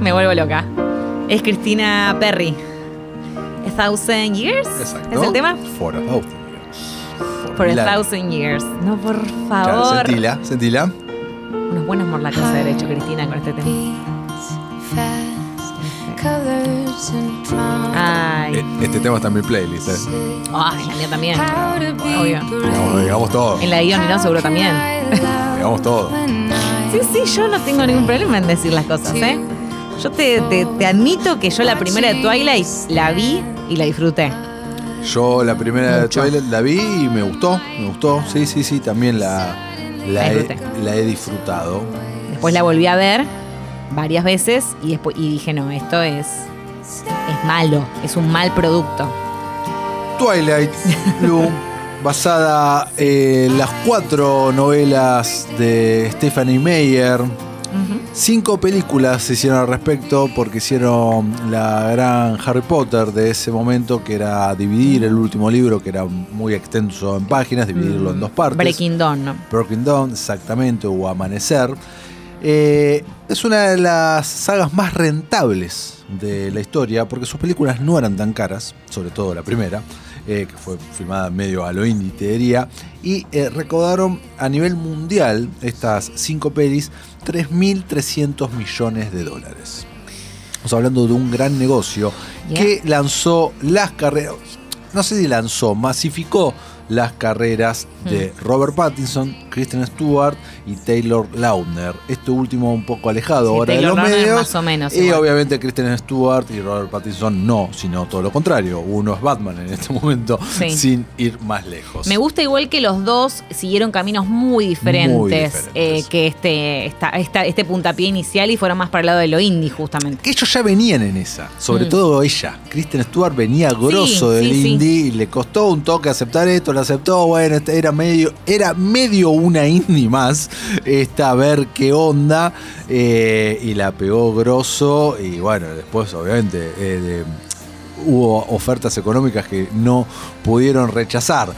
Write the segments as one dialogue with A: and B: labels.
A: me vuelvo loca. Es Cristina Perry. A Thousand Years.
B: Exacto.
A: ¿Es el tema?
B: For a thousand years.
A: For
B: mil
A: a
B: años.
A: Thousand Years. No, por
B: Claro,
A: favor.
B: sentila, sentila.
A: Unos buenos morlacos de derecho, Cristina, con este tema. Ah, Ay,
B: Eh, Este tema está en mi playlist, eh.
A: ay, la mía también. Obvio.
B: Digamos, digamos todo.
A: En la de Dion, no, seguro también.
B: Digamos todo.
A: Sí, sí, yo no tengo ningún problema en decir las cosas, ¿eh? Yo te, te- te admito que yo la primera de Twilight la vi y la disfruté.
B: Yo la primera de
A: Mucho.
B: Twilight la vi y me gustó, me gustó. Sí, sí, sí, también la, la,
A: La
B: he,
A: disfruté.
B: la he disfrutado.
A: Después la volví a ver varias veces y, después, y dije, no, esto es, es malo, es un mal producto.
B: Twilight, Lu, basada eh, en las cuatro novelas de Stephanie Meyer. Cinco películas se hicieron al respecto porque hicieron la gran Harry Potter de ese momento que era dividir el último libro que era muy extenso en páginas, dividirlo en dos partes.
A: Mm. Breaking Dawn, ¿no?
B: Broken Dawn, exactamente, o Amanecer. Eh, es una de las sagas más rentables de la historia porque sus películas no eran tan caras, sobre todo la primera, eh, que fue filmada medio a lo indie, te diría, y eh, recaudaron a nivel mundial estas cinco pelis 3.300 millones de dólares. Estamos hablando de un gran negocio
A: Yeah.
B: que lanzó las carreras, no sé si lanzó, masificó las carreras
A: Mm.
B: de Robert Pattinson, Kristen Stewart y Taylor Lautner. Este último un poco alejado
A: Sí,
B: ahora de
A: Taylor
B: los
A: Lautner
B: medios.
A: más o menos
B: y
A: igual.
B: obviamente Kristen Stewart y Robert Pattinson no, sino todo lo contrario. Uno es Batman en este momento,
A: Sí.
B: sin ir más lejos.
A: Me gusta igual que los dos siguieron caminos muy diferentes,
B: Muy diferentes.
A: eh, que este, esta- esta- este puntapié inicial y fueron más para el lado de lo indie, justamente.
B: que ellos ya venían en esa, sobre
A: Mm.
B: todo ella. Kristen Stewart venía grosso
A: sí,
B: del
A: sí.
B: indie y le costó un toque aceptar esto, lo aceptó, bueno, este era medio, era medio una indie más, esta a ver qué onda, eh, y la pegó grosso, y bueno, después obviamente eh, de- hubo ofertas económicas que no pudieron rechazar.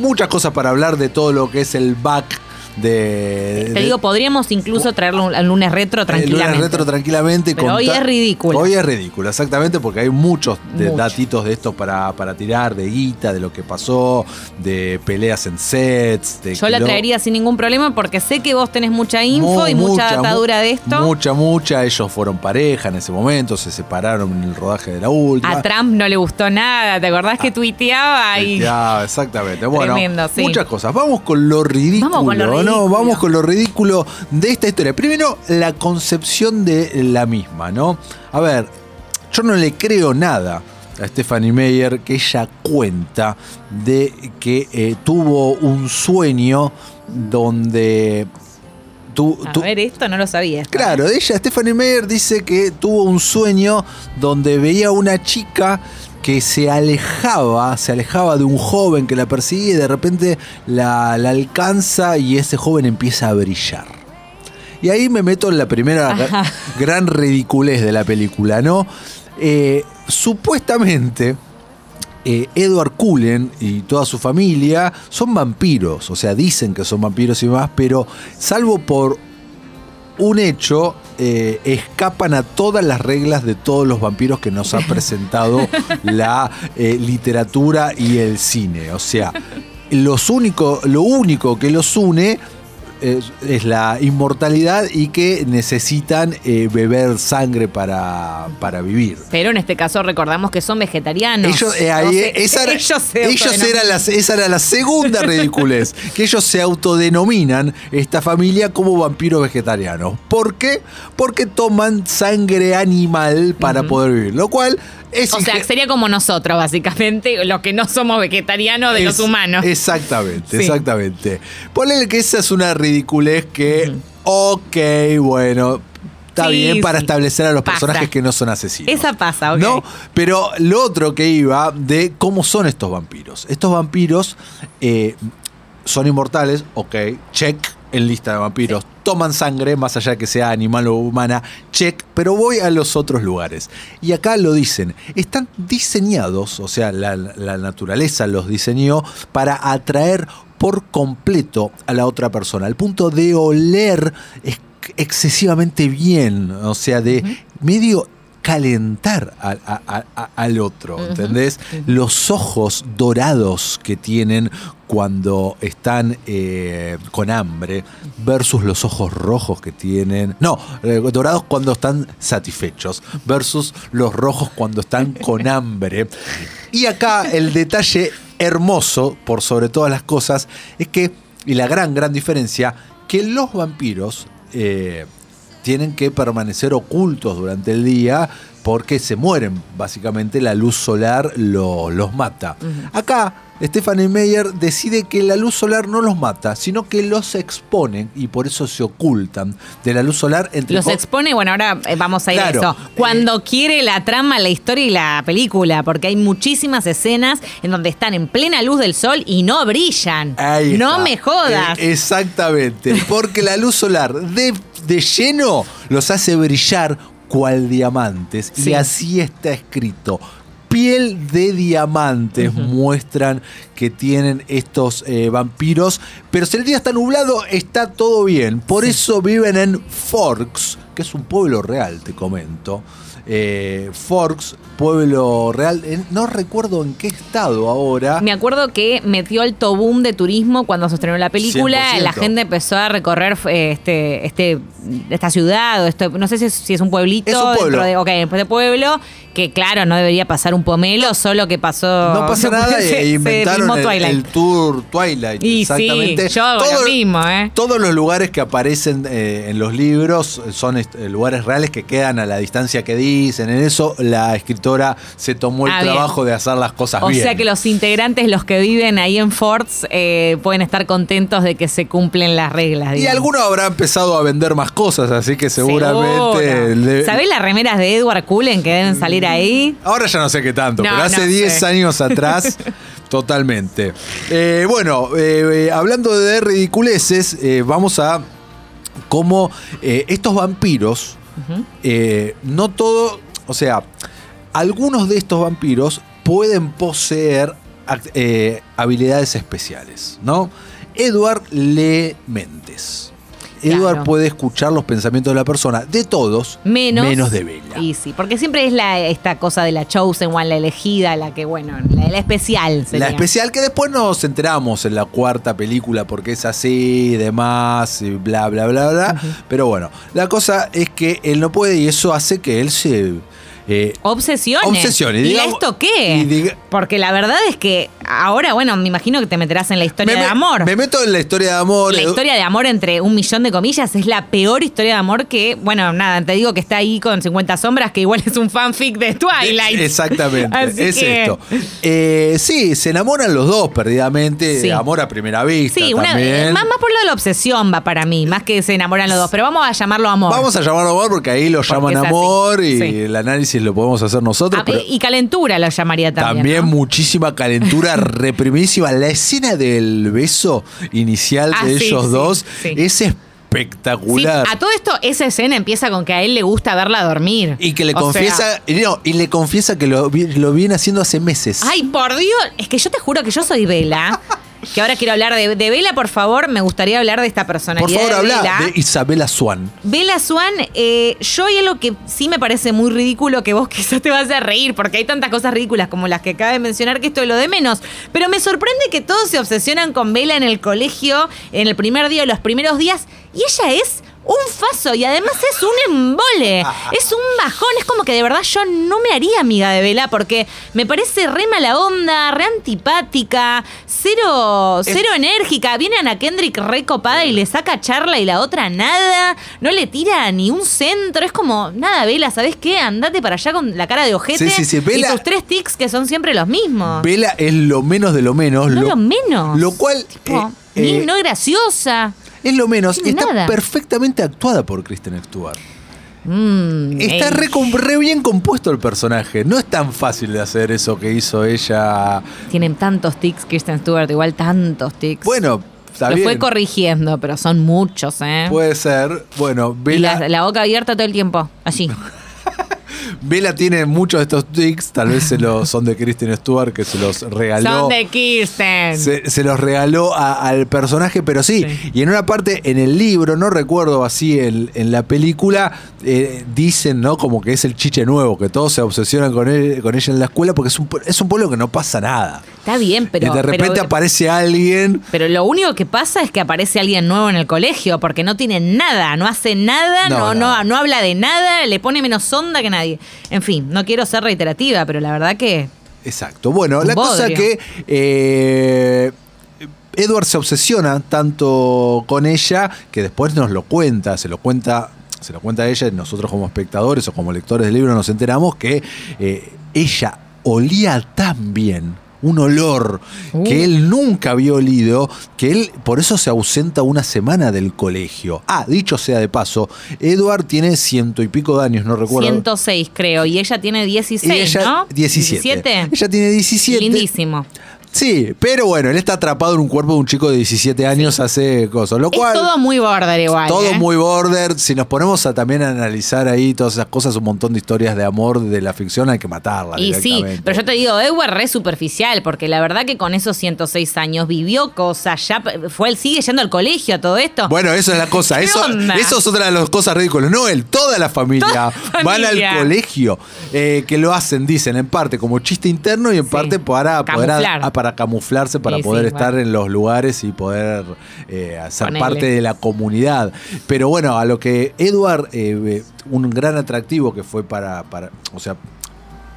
B: Muchas cosas para hablar de todo lo que es el back Eh, de...
A: Te
B: de-
A: digo, podríamos incluso traerlo al lunes retro tranquilamente.
B: el lunes retro tranquilamente. y
A: Pero hoy
B: contar-
A: es ridículo.
B: Hoy es ridículo, exactamente, porque hay muchos de-
A: Mucho.
B: datitos de esto para, para tirar, de guita, de lo que pasó, de peleas en sets. De
A: Yo la
B: quilombo.
A: traería sin ningún problema porque sé que vos tenés mucha info
B: Mu-
A: y mucha,
B: mu-
A: datadura de esto.
B: Mucha, mucha. Ellos fueron pareja en ese momento, se separaron en el rodaje de la última.
A: A Trump no le gustó nada, ¿te acordás
B: Ah,
A: que tuiteaba y
B: Ya, exactamente. Bueno,
A: Tremendo, sí.
B: muchas cosas. Vamos con lo ridículo,
A: Vamos con lo ridículo.
B: ¿no? Vamos con lo ridículo de esta historia. Primero, la concepción de la misma, ¿no? A ver, yo no le creo nada a Stephanie Meyer que ella cuenta de que eh, tuvo un sueño donde... tu-
A: A
B: tu-
A: ver, esto no lo sabía. esto.
B: Claro, ella, Stephanie Meyer, dice que tuvo un sueño donde veía a una chica que se alejaba, se alejaba de un joven que la persigue y de repente la, la alcanza y ese joven empieza a brillar. Y ahí me meto en la primera gra- gran ridiculez de la película, ¿no? Eh, supuestamente, eh, Edward Cullen y toda su familia son vampiros, o sea, dicen que son vampiros y más, pero salvo por un hecho, eh, escapan a todas las reglas de todos los vampiros que nos ha presentado la eh, literatura y el cine. O sea, los único, lo único que los une es, es la inmortalidad y que necesitan eh, beber sangre para, para vivir.
A: Pero en este caso recordamos que son vegetarianos.
B: Ellos, eh, ahí,
A: No sé,
B: esa era,
A: ellos se
B: ellos
A: autodenominan.
B: eran las- esa era la segunda ridiculez. que ellos se autodenominan esta familia como vampiros vegetarianos. ¿Por qué? Porque toman sangre animal para poder vivir. Lo cual es.
A: O sea,
B: inge-
A: sería como nosotros, básicamente, los que no somos vegetarianos de los
B: es-
A: humanos.
B: Exactamente,
A: Sí.
B: exactamente. Ponle que esa es una ridiculez que. Ok, bueno. Está
A: Sí,
B: bien para
A: sí.
B: establecer a los
A: Pasa.
B: personajes que no son asesinos.
A: Esa pasa, ok.
B: ¿No? Pero lo otro que iba de cómo son estos vampiros. Estos vampiros eh, son inmortales, ok, check en lista de vampiros. Toman sangre, más allá que sea animal o humana, check, pero voy a los otros lugares. Y acá lo dicen, están diseñados, o sea, la, la naturaleza los diseñó para atraer por completo a la otra persona, al punto de oler, es- excesivamente bien, o sea, de medio calentar a- a- a- al otro, ¿entendés? Los ojos dorados que tienen cuando están eh, con hambre versus los ojos rojos que tienen. No, eh, dorados cuando están satisfechos versus los rojos cuando están con hambre. Y acá el detalle hermoso, por sobre todas las cosas, es que, y la gran, gran diferencia, que los vampiros... eh, tienen que permanecer ocultos durante el día porque se mueren. Básicamente la luz solar lo- los mata. Acá Stephanie Meyer decide que la luz solar no los mata, sino que los exponen y por eso se ocultan de la luz solar entre
A: Los
B: co-
A: expone, bueno, ahora eh, vamos a ir
B: Claro.
A: a eso. Cuando quiere la trama, la historia y la película, porque hay muchísimas escenas en donde están en plena luz del sol y no brillan.
B: Ahí
A: no
B: está.
A: me jodas.
B: Eh, exactamente, porque la luz solar de, de lleno los hace brillar cual diamantes.
A: Sí.
B: Y así está escrito. Piel de diamantes muestran que tienen estos eh, vampiros. Pero si el día está nublado, está todo bien. Por eso viven en Forks, que es un pueblo real, te comento. Eh, Forks, pueblo real. eh, no recuerdo en qué estado ahora.
A: Me acuerdo que metió alto boom de turismo cuando se estrenó la película.
B: 100%.
A: La gente empezó a recorrer eh, este, este, esta ciudad o esto, no sé si es, si es un pueblito.
B: Es un
A: dentro
B: pueblo.
A: De, ok, después de pueblo, que claro, no debería pasar un pomelo, solo que pasó.
B: No pasa nada,
A: se-
B: e
A: se filmó
B: inventaron el,
A: Twilight.
B: el tour Twilight.
A: Y
B: exactamente.
A: sí, yo hago
B: Todo-
A: lo mismo, ¿eh?
B: Todos los lugares que aparecen eh, en los libros son est- eh, lugares reales que quedan a la distancia que dicen. En eso la escritora se tomó el
A: Ah, bien.
B: trabajo de hacer las cosas
A: O
B: bien.
A: sea que los integrantes, los que viven ahí en Forts, eh, pueden estar contentos de que se cumplen las reglas.
B: y
A: digamos.
B: alguno habrá empezado a vender más cosas, así que seguramente...
A: Seguro.
B: le-
A: ¿Sabés las remeras de Edward Cullen que deben salir ahí?
B: Ahora ya no sé qué tanto,
A: No,
B: pero hace
A: no
B: 10
A: sé.
B: años atrás, totalmente. Eh, bueno, eh, eh, hablando de ridiculeces, eh, vamos a cómo eh, estos vampiros, eh, no todo, o sea, algunos de estos vampiros pueden poseer act- eh, habilidades especiales, ¿no? Edward lee mentes. Edward
A: Claro.
B: puede escuchar los pensamientos de la persona, de todos,
A: Menos.
B: de Bella.
A: Y sí, porque siempre es la, esta cosa de la chosen one, la elegida, la que, bueno, la, la especial. sería.
B: La especial que después nos enteramos en la cuarta película porque es así y demás y bla bla bla bla. Pero bueno, la cosa es que él no puede y eso hace que él se... eh,
A: Obsesiones.
B: Obsesiones,
A: ¿Y
B: digamos-
A: esto qué?
B: y diga-
A: Porque la verdad es que ahora, bueno, me imagino que te meterás en la historia
B: me,
A: de
B: me-
A: amor.
B: me meto en la historia de amor. eh,
A: La
B: Edu-
A: historia de amor entre un millón de comillas es la peor historia de amor que, bueno, nada, te digo que está ahí con 50 sombras, que igual es un fanfic de Twilight.
B: eh, Exactamente,
A: Así
B: es
A: que-
B: esto. Eh, sí, se enamoran los dos perdidamente,
A: Sí.
B: amor a primera vista.
A: Sí, una, eh,
B: también.
A: más, más por lo de la obsesión va para mí, más que se enamoran los dos, pero vamos a llamarlo amor.
B: Vamos a llamarlo amor porque ahí lo llaman
A: es así,
B: amor y
A: sí.
B: el análisis lo podemos hacer nosotros.
A: Ah,
B: pero-
A: y, y calentura lo llamaría también.
B: También
A: ¿no?
B: muchísima calentura reprimidísima. La escena del beso inicial
A: Ah,
B: de
A: sí,
B: ellos
A: sí,
B: dos
A: sí.
B: es
A: Sí,
B: espectacular.
A: a todo esto, esa escena empieza con que a él le gusta verla dormir.
B: y que le
A: O sea,
B: confiesa, y no, y le confiesa que lo, vi- lo viene haciendo hace meses.
A: Ay, por Dios. Es que yo te juro que yo soy Vela. Que ahora quiero hablar de, de Vela, por favor. Me gustaría hablar de esta personalidad.
B: Por favor,
A: de
B: habla
A: Bella.
B: de Isabela Swan.
A: Bella Swan, eh, yo y lo que sí me parece muy ridículo que vos quizás te vas a reír, porque hay tantas cosas ridículas como las que acabas de mencionar que esto es lo de menos. Pero me sorprende que todos se obsesionan con Bella en el colegio, en el primer día o los primeros días, y ella es un faso y además es un embole, es un bajón, es como que de verdad yo no me haría amiga de Bella porque me parece re mala onda, re antipática, cero, cero enérgica, viene Ana Kendrick re copada y le saca charla y la otra nada, no le tira ni un centro, es como, nada Vela, ¿sabes qué? Andate para allá con la cara de ojete
B: Sí, sí, sí,
A: y
B: Bella-
A: tus tres tics que son siempre los mismos.
B: Vela es lo menos de lo menos.
A: Ah. no lo menos.
B: Lo cual
A: Tipo,
B: eh,
A: ni-
B: eh,
A: no graciosa.
B: es lo menos.
A: tiene
B: Está
A: nada.
B: perfectamente actuada por Kristen Stewart.
A: Mm,
B: Está
A: ey.
B: re, com- re bien compuesto el personaje. No es tan fácil de hacer eso que hizo ella.
A: Tienen tantos tics, Kristen Stewart, igual tantos tics.
B: Bueno, está
A: Lo
B: bien.
A: fue corrigiendo, pero son muchos, ¿eh?
B: Puede ser. Bueno,
A: Y
B: Vela.
A: la, la boca abierta todo el tiempo, así.
B: Vela tiene muchos de estos tics, tal vez se los, son de Kristen Stewart, que se los regaló.
A: Son de Kirsten.
B: Se, se los regaló a- al personaje, pero sí,
A: Sí.
B: Y en una parte, en el libro, no recuerdo así en, en la película, eh, dicen, ¿no? Como que es el chiche nuevo, que todos se obsesionan con él, con ella en la escuela, porque es un, pue- es un pueblo que no pasa nada.
A: Está bien, pero.
B: y de repente
A: pero-
B: aparece alguien.
A: Pero lo único que pasa es que aparece alguien nuevo en el colegio, porque no tiene nada, no hace nada,
B: No,
A: no, no,
B: nada.
A: no, habla de nada, le pone menos onda que nadie. En fin, no quiero ser reiterativa, pero la verdad que.
B: Exacto. Bueno,
A: Un
B: la cosa
A: bodrio.
B: que eh, Edward se obsesiona tanto con ella que después nos lo cuenta, se lo cuenta, se lo cuenta a ella y nosotros como espectadores o como lectores del libro nos enteramos que eh, ella olía tan bien. Un olor
A: Uh.
B: que él nunca había olido, que él por eso se ausenta una semana del colegio. Ah, dicho sea de paso, Edward tiene ciento y pico de años, no recuerdo.
A: 106, creo, y ella tiene 16,
B: y ella,
A: ¿no?
B: 17.
A: 17.
B: Ella tiene 17.
A: Lindísimo.
B: Sí, pero bueno, él está atrapado en un cuerpo de un chico de 17 años hace cosas, lo cual...
A: es todo muy border igual.
B: todo
A: ¿eh?
B: muy border. Si nos ponemos a también a analizar ahí todas esas cosas, un montón de historias de amor de la ficción, hay que matarla.
A: Y sí,
B: Ah, directamente.
A: pero yo te digo, Edward re superficial, porque la verdad que con esos 106 años vivió cosas, ya p- fue, él sigue yendo al colegio a todo esto.
B: Bueno, eso es la cosa.
A: ¿Qué
B: Eso,
A: onda?
B: eso es otra de las cosas ridículas. No, él, toda la familia
A: Toda la
B: van al
A: familia.
B: colegio. eh, que lo hacen, dicen, en parte como chiste interno y en
A: Sí.
B: parte para poder
A: Camuflar.
B: ah, para camuflarse, para
A: Sí, sí,
B: poder
A: bueno.
B: estar en los lugares y poder eh, ser
A: Ponele.
B: parte de la comunidad. Pero bueno, a lo que Edward, eh, eh, un gran atractivo que fue para. para o sea.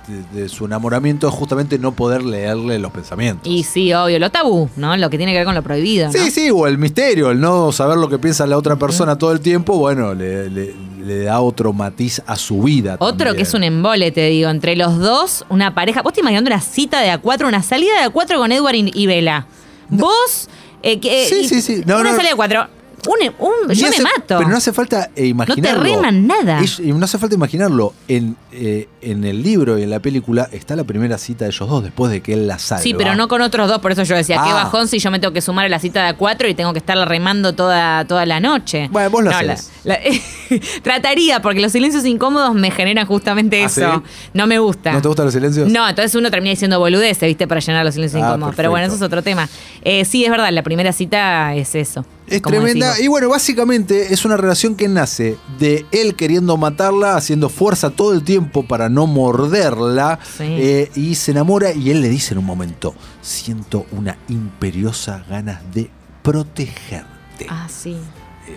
B: De, de su enamoramiento es justamente no poder leerle los pensamientos.
A: Y sí, obvio, lo tabú, ¿no? Lo que tiene que ver con lo prohibido. ¿no?
B: Sí, sí, o el misterio, el no saber lo que piensa la otra persona todo el tiempo, bueno, le, le- le da otro matiz a su vida.
A: Otro
B: también.
A: que es un embole, te digo, entre los dos, una pareja. Vos te imaginando una cita de A4, una salida de A4 con Edward y y Vela. Vos, eh, que,
B: Sí,
A: y-
B: sí, sí. No,
A: una
B: no.
A: salida de A4. Un, un-
B: Ni
A: yo
B: hace-
A: me mato.
B: Pero no hace falta eh, imaginarlo.
A: reman nada.
B: Es- y no hace falta imaginarlo. En, eh, en el libro y en la película está la primera cita de ellos dos después de que él la salva.
A: Sí, pero no con otros dos, por eso yo decía, qué
B: Ah.
A: bajón si yo me tengo que sumar a la cita de a cuatro y tengo que estarla remando toda, toda la noche.
B: Bueno, vos lo
A: No,
B: hacés.
A: la- la- Trataría, porque los silencios incómodos me generan justamente
B: ¿Ah,
A: eso.
B: sí?
A: No me gusta.
B: ¿No te gustan los silencios?
A: No, entonces uno termina diciendo boludece, ¿viste? Para llenar los silencios
B: Ah,
A: incómodos. Pero bueno, eso
B: perfecto.
A: es otro tema. Eh, sí, es verdad, la primera cita es eso.
B: Es
A: como
B: tremenda.
A: decimos.
B: Y bueno, básicamente es una relación que nace de él queriendo matarla, haciendo fuerza todo el tiempo para no morderla.
A: Sí.
B: eh, y se enamora y él le dice en un momento, siento una imperiosa ganas de protegerte.
A: Ah, sí,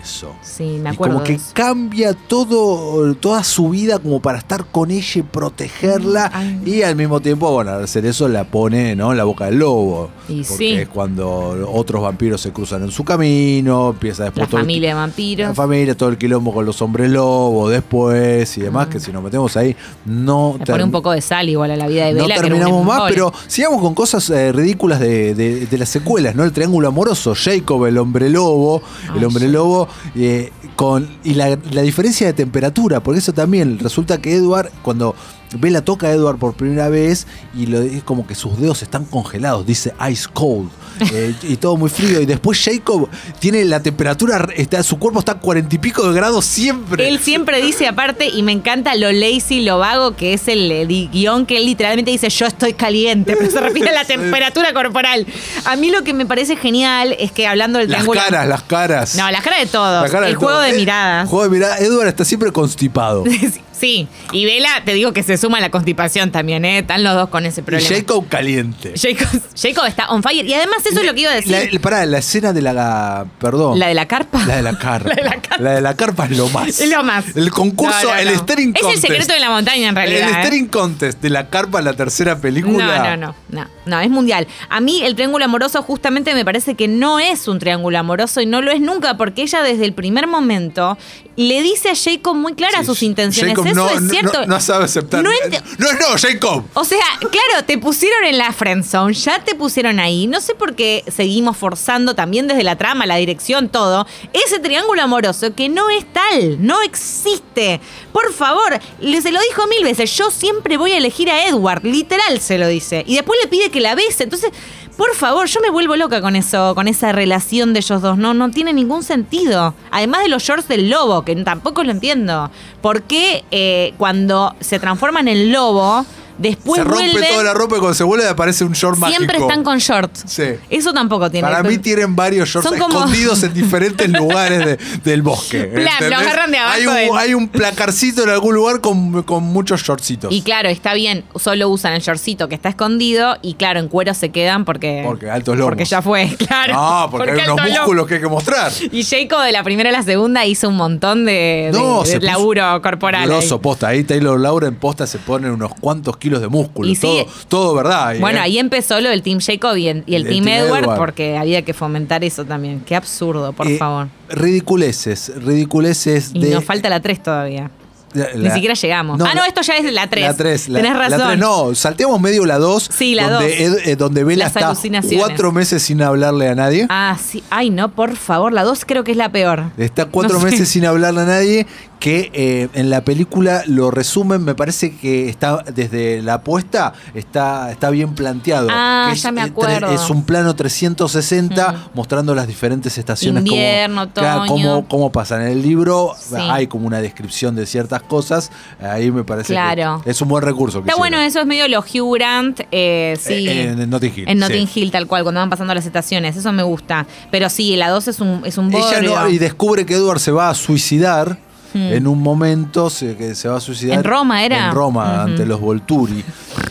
B: Eso.
A: sí, me
B: Y
A: acuerdo.
B: como que
A: de eso.
B: cambia todo, toda su vida como para estar con ella y protegerla.
A: Mm, Ay.
B: Y al mismo tiempo, bueno, al hacer eso la pone ¿no? en la boca del lobo.
A: Y
B: porque
A: sí.
B: es cuando otros vampiros se cruzan en su camino, empieza
A: La
B: después todo el-
A: familia de vampiros.
B: la familia, todo el quilombo con los hombres lobo, después y demás, que si nos metemos ahí, no,
A: Le Mm. pone
B: term-
A: un poco de sal igual a la vida de
B: no
A: Vela. que era un
B: terminamos más,
A: embole.
B: pero sigamos con cosas eh, ridículas de, de- de las secuelas, ¿no? El triángulo amoroso, Jacob, el hombre lobo, el
A: Ay,
B: hombre
A: sí.
B: lobo, eh, con, y la, la diferencia de temperatura, porque eso también resulta que Edward, cuando Vela toca a Edward por primera vez, y lo, es como que sus dedos están congelados, dice ice cold. eh, y todo muy frío. Y después Jacob tiene la temperatura, está, su cuerpo está a cuarenta y pico de grados siempre.
A: Él siempre dice, aparte, y me encanta lo lazy, lo vago, que es el, eh, di- guión que él literalmente dice, yo estoy caliente, pero se refiere a la temperatura corporal. A mí lo que me parece genial es que hablando del
B: las
A: triángulo...
B: caras, las caras.
A: No, las caras de todos.
B: La cara
A: el
B: de
A: juego
B: todo.
A: de
B: Eh,
A: miradas.
B: Juego de miradas. Edward está siempre constipado.
A: sí, y Vela, te digo que se suma a la constipación también, ¿eh? Están los dos con ese
B: y
A: problema.
B: Jacob caliente.
A: Jacob, Jacob está on fire. Y además eso es lo que iba a
B: La,
A: decir.
B: pará, la escena de la. Perdón.
A: La de la carpa.
B: La de la carpa.
A: La de la carpa.
B: La de la carpa es lo más.
A: Es lo más.
B: El concurso,
A: No, no,
B: el
A: no.
B: Staring
A: Es el
B: Contest.
A: secreto de la montaña, en realidad.
B: El
A: ¿eh?
B: Staring Contest de la carpa en la tercera película.
A: No, no, no, no, no, es mundial. A mí el triángulo amoroso justamente me parece que no es un triángulo amoroso y no lo es nunca porque ella desde el primer momento le dice a Jacob muy claras
B: Sí,
A: sus intenciones.
B: Jacob
A: Eso
B: no,
A: es
B: no-
A: cierto.
B: No, no sabe aceptar.
A: No
B: No,
A: ente-
B: no es no, Jacob.
A: o sea, claro, te pusieron en la friendzone, ya te pusieron ahí. No sé por qué seguimos forzando también desde la trama, la dirección, todo, ese triángulo amoroso que no es tal, no existe. Por favor, le- se lo dijo mil veces, yo siempre voy a elegir a Edward, literal se lo dice. Y después le pide que la bese, entonces Por favor, yo me vuelvo loca con eso, con esa relación de ellos dos. No, no tiene ningún sentido. Además de los shorts del lobo, que tampoco lo entiendo. ¿Por qué eh, cuando se transforman en lobo, después
B: se rompe
A: vuelven,
B: toda la ropa y cuando se vuelve aparece un short
A: siempre
B: mágico.
A: están con shorts?
B: Sí.
A: Eso tampoco tiene.
B: Para mí tienen varios shorts
A: Son como-
B: escondidos en diferentes lugares de- del bosque.
A: Plan, lo
B: ¿entendés?
A: agarran de abajo
B: Hay un,
A: del-
B: hay un placarcito en algún lugar con, con muchos shortcitos.
A: Y claro, está bien, solo usan el shortcito que está escondido y claro, en cuero se quedan porque.
B: Porque altos lomos.
A: Porque ya fue, claro.
B: no, porque, hay unos
A: alto lomo.
B: músculos que hay que mostrar.
A: Y Jacob de la primera a la segunda hizo un montón de, de-
B: No,
A: de
B: se puso
A: laburo corporal. ahí.
B: Grosso, posta. Ahí Taylor Laura en posta se ponen unos cuantos kilos de músculo.
A: Y sí.
B: todo, todo verdad. ahí,
A: Bueno,
B: ¿eh?
A: ahí empezó lo del Team Jacob y, en- y el,
B: El
A: Team,
B: Team
A: Edward,
B: Edward.
A: porque había que fomentar eso también. Qué absurdo, por
B: Eh,
A: favor.
B: Ridiculeces, ridiculeces
A: Y
B: de.
A: nos falta la 3 todavía.
B: la-
A: Ni
B: la-
A: siquiera llegamos.
B: No,
A: ah, no,
B: la-
A: esto ya es la 3.
B: La 3, la,
A: Tenés
B: la
A: razón.
B: tres no, salteamos medio la 2.
A: Sí, la
B: donde,
A: dos.
B: Ed- eh, donde Bella
A: Las
B: está
A: alucinaciones.
B: cuatro meses sin hablarle a nadie.
A: Ah, sí. Ay, no, por favor, la 2 creo que es la peor.
B: Está cuatro
A: No sé.
B: meses sin hablarle a nadie, que eh, en la película lo resumen, me parece que está desde la apuesta, está, está bien planteado.
A: Ah,
B: Que
A: ya me
B: eh, tre-
A: acuerdo. Mm.
B: Es un plano 360 mostrando las diferentes estaciones. cómo-
A: Invierno,
B: claro, cómo,
A: otoño.
B: cómo pasan. En el libro
A: Sí.
B: hay como una descripción de ciertas cosas, ahí me parece
A: Claro.
B: que es un buen recurso. que
A: Está bueno,
B: hicieron.
A: eso es medio lo Hugh Grant. eh, sí.
B: Eh, en Notting Hill,
A: En Notting
B: sí.
A: Hill, tal cual, cuando van pasando las estaciones. Eso me gusta. Pero sí, la 2 es un, es un
B: Ella
A: bodrio.
B: no- y descubre que Edward se va a suicidar. En un momento se, que se va a suicidar.
A: Hmm. ¿En Roma era?
B: En Roma,
A: Ujú.
B: ante los Volturi.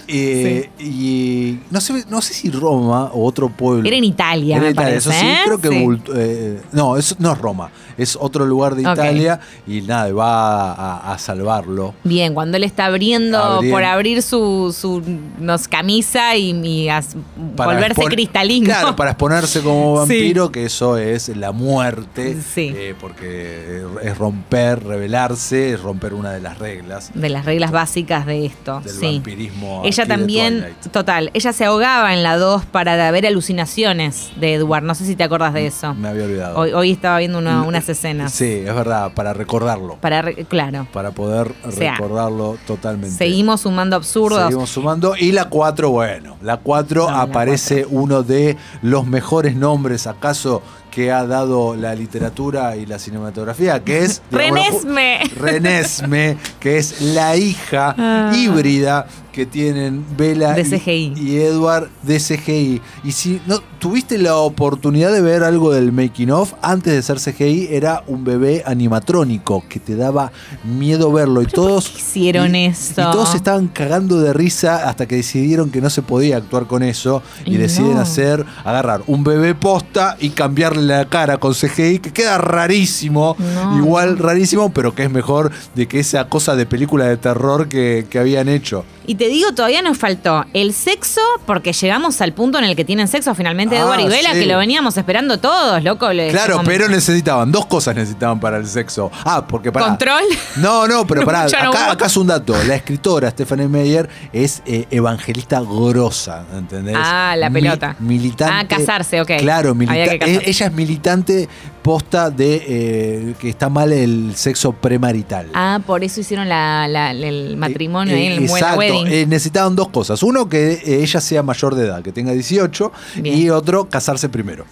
B: Eh, Y no sé, no sé si Roma o otro pueblo.
A: Era en Italia,
B: Era
A: me
B: en Italia, eso
A: parece,
B: sí,
A: ¿eh?
B: creo que.
A: Sí.
B: Volt- eh, no, es, no es Roma, es otro lugar de
A: Ok.
B: Italia y nada, va a, a salvarlo.
A: Bien, cuando él está abriendo
B: Abriendo.
A: por abrir su, su nos camisa y, y as-
B: Para
A: volverse
B: expon-
A: cristalino.
B: Claro, para exponerse como
A: Sí.
B: vampiro, que eso es la muerte.
A: Sí.
B: eh, porque es romper, rebelarse, es romper una de las reglas.
A: De las reglas básicas de esto.
B: del
A: sí.
B: vampirismo.
A: Ella
B: aquí de
A: también,
B: Twilight.
A: total, ella se ahogaba en la 2 para ver alucinaciones de Edward. No sé si te acordás de eso.
B: Me había olvidado.
A: Hoy, hoy estaba viendo una- unas escenas.
B: Sí, Mm, es verdad, para recordarlo.
A: Para, re- claro,
B: Para poder
A: sea,
B: recordarlo totalmente.
A: seguimos sumando absurdos.
B: Seguimos sumando. Y la 4, bueno, la 4
A: No, la
B: aparece uno de los mejores nombres, acaso, que ha dado la literatura y la cinematografía, que es...
A: Renesme.
B: Renesme, que es la hija
A: Ah.
B: híbrida que tienen Vela
A: De
B: y-
A: CGI.
B: Y, Edward de CGI. Y si no tuviste la oportunidad de ver algo del making of, antes de ser CGI era un bebé animatrónico que te daba miedo verlo. Y todos
A: qué hicieron
B: y-
A: eso?
B: Y todos estaban cagando de risa hasta que decidieron que no se podía actuar con eso y,
A: Y
B: deciden
A: no.
B: hacer, agarrar un bebé posta y cambiarle la cara con CGI, que queda rarísimo,
A: No.
B: igual rarísimo, pero que es mejor de que esa cosa de película de terror que, que habían hecho.
A: Y te digo, todavía nos faltó el sexo, porque llegamos al punto en el que tienen sexo finalmente
B: Ah,
A: Edward y Vela,
B: sí.
A: que lo veníamos esperando todos, loco. le-
B: Claro,
A: como-
B: pero necesitaban, dos cosas necesitaban para el sexo. Ah, porque para...
A: ¿Control?
B: No, no, pero pará,
A: Mucho no
B: acá,
A: hubo.
B: acá es un dato. La escritora Stephanie Meyer es eh, evangelista grosa, ¿entendés?
A: Ah, la
B: Mi-
A: pelota.
B: militante.
A: Ah, casarse, ok.
B: Claro,
A: Había
B: milita-
A: que casarse.
B: e- ella es militante posta de eh, que está mal el sexo premarital.
A: Ah, por eso hicieron la- la- el matrimonio ahí
B: Eh,
A: en el la
B: exacto.
A: wedding.
B: Eh, necesitaban dos cosas. Uno, que eh, ella sea mayor de edad, que tenga 18.
A: Bien.
B: Y otro, casarse primero.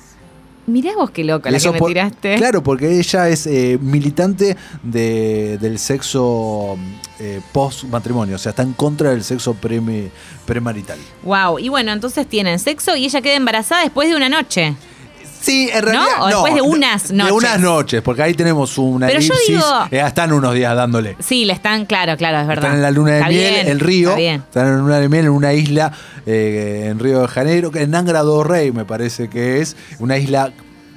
A: Mirá vos qué loca la
B: Eso
A: que me
B: por-
A: tiraste.
B: Claro, porque ella es eh, militante de- del sexo eh, post-matrimonio, o sea, está en contra del sexo preme- premarital.
A: Wow. Y bueno, entonces tienen sexo y ella queda embarazada después de una noche.
B: Sí, en realidad.
A: ¿No? O después de unas
B: De
A: noches.
B: unas noches, porque ahí tenemos una
A: Pero yo
B: elipsis.
A: digo-
B: eh, están unos días dándole.
A: Sí, le están, claro, claro, es verdad.
B: Están en la luna de
A: Está
B: miel,
A: bien,
B: en Río.
A: Está bien.
B: Están en la luna de miel en una isla eh, en Río de Janeiro, que en Angra do Rey me parece que es una isla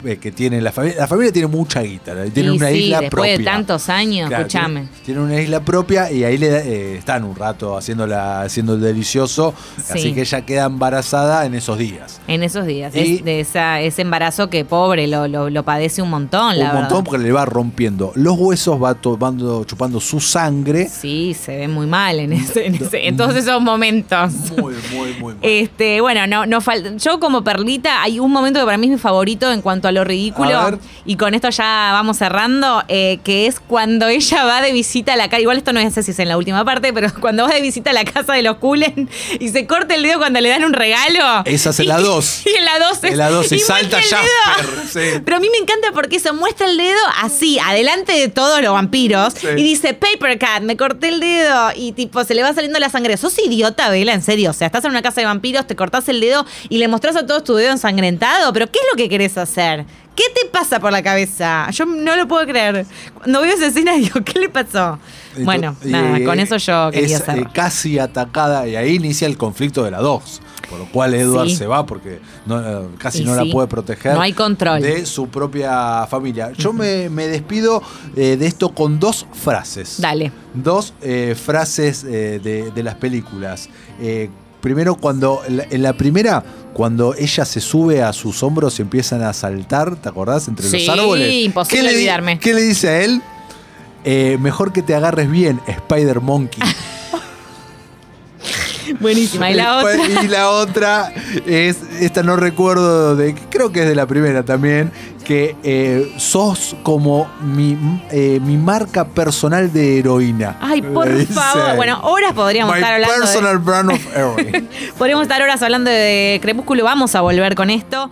B: eh, que tiene la familia. La familia tiene mucha guita, tiene
A: Y
B: una
A: sí,
B: isla
A: después
B: propia.
A: de tantos años,
B: Claro,
A: escúchame.
B: Tiene, tiene una isla propia y ahí le da- eh, están un rato haciéndola, haciendo el delicioso.
A: Sí.
B: Así que ella queda embarazada en esos días.
A: En esos días.
B: Y-
A: es de esa, ese embarazo que pobre lo, lo, lo padece un montón, la
B: un montón
A: verdad.
B: porque le va rompiendo los huesos, va tomando, chupando su sangre.
A: Sí, se ve muy mal en, ese, en, ese- en todos esos momentos.
B: Muy, muy, muy mal.
A: Este, bueno, no, no falta. Yo como perlita, hay un momento que para mí es mi favorito en cuanto a lo ridículo.
B: A ver.
A: Y con esto ya vamos cerrando, eh, que es cuando ella va de visita a la casa. Igual esto no es- sé si es en la última parte, pero cuando va de visita a la casa de los Cullen y se corta el dedo cuando le dan un regalo.
B: Esa es en
A: Y-
B: la dos.
A: Y en la 2
B: Eh. En la 12 salta Jasper. sí.
A: Pero a mí me encanta porque eso muestra el dedo así, adelante de todos los vampiros.
B: Sí.
A: Y dice, Paper Cat, me corté el dedo. Y tipo, se le va saliendo la sangre. Sos idiota, Vela, en serio. O sea, estás en una casa de vampiros, te cortás el dedo y le mostrás a todos tu dedo ensangrentado. Pero ¿qué es lo que querés hacer? ¿Qué te pasa por la cabeza? Yo no lo puedo creer. Cuando veo esa escena digo, ¿qué le pasó?
B: Y
A: Bueno,
B: tú-
A: nada,
B: y,
A: con eso yo quería
B: es, eh,
A: cerrar.
B: casi atacada y ahí inicia el conflicto de la 2. Por lo cual Edward
A: Sí.
B: se va porque no, eh, casi
A: Y
B: no
A: sí.
B: la puede proteger.
A: No hay control.
B: De su propia familia. Yo me, me despido eh, de esto con dos frases.
A: Dale.
B: Dos eh, frases eh, de, de las películas. Eh, primero, cuando. en la- En la primera, cuando ella se sube a sus hombros y empiezan a saltar, ¿te acordás? Entre
A: Sí,
B: los árboles.
A: imposible
B: ¿Qué le di-
A: olvidarme.
B: ¿Qué le dice a él? Eh, mejor que te agarres bien, Spider Monkey.
A: Buenísima. Y la otra.
B: Y la otra es, esta no recuerdo de, creo que es de la primera también, que eh, sos como mi, eh, mi marca personal de heroína.
A: Ay, por
B: Le dice.
A: favor. Bueno, horas podríamos
B: My
A: estar hablando. de-
B: personal brand of heroin.
A: Podríamos estar horas hablando de Crepúsculo, vamos a volver con esto.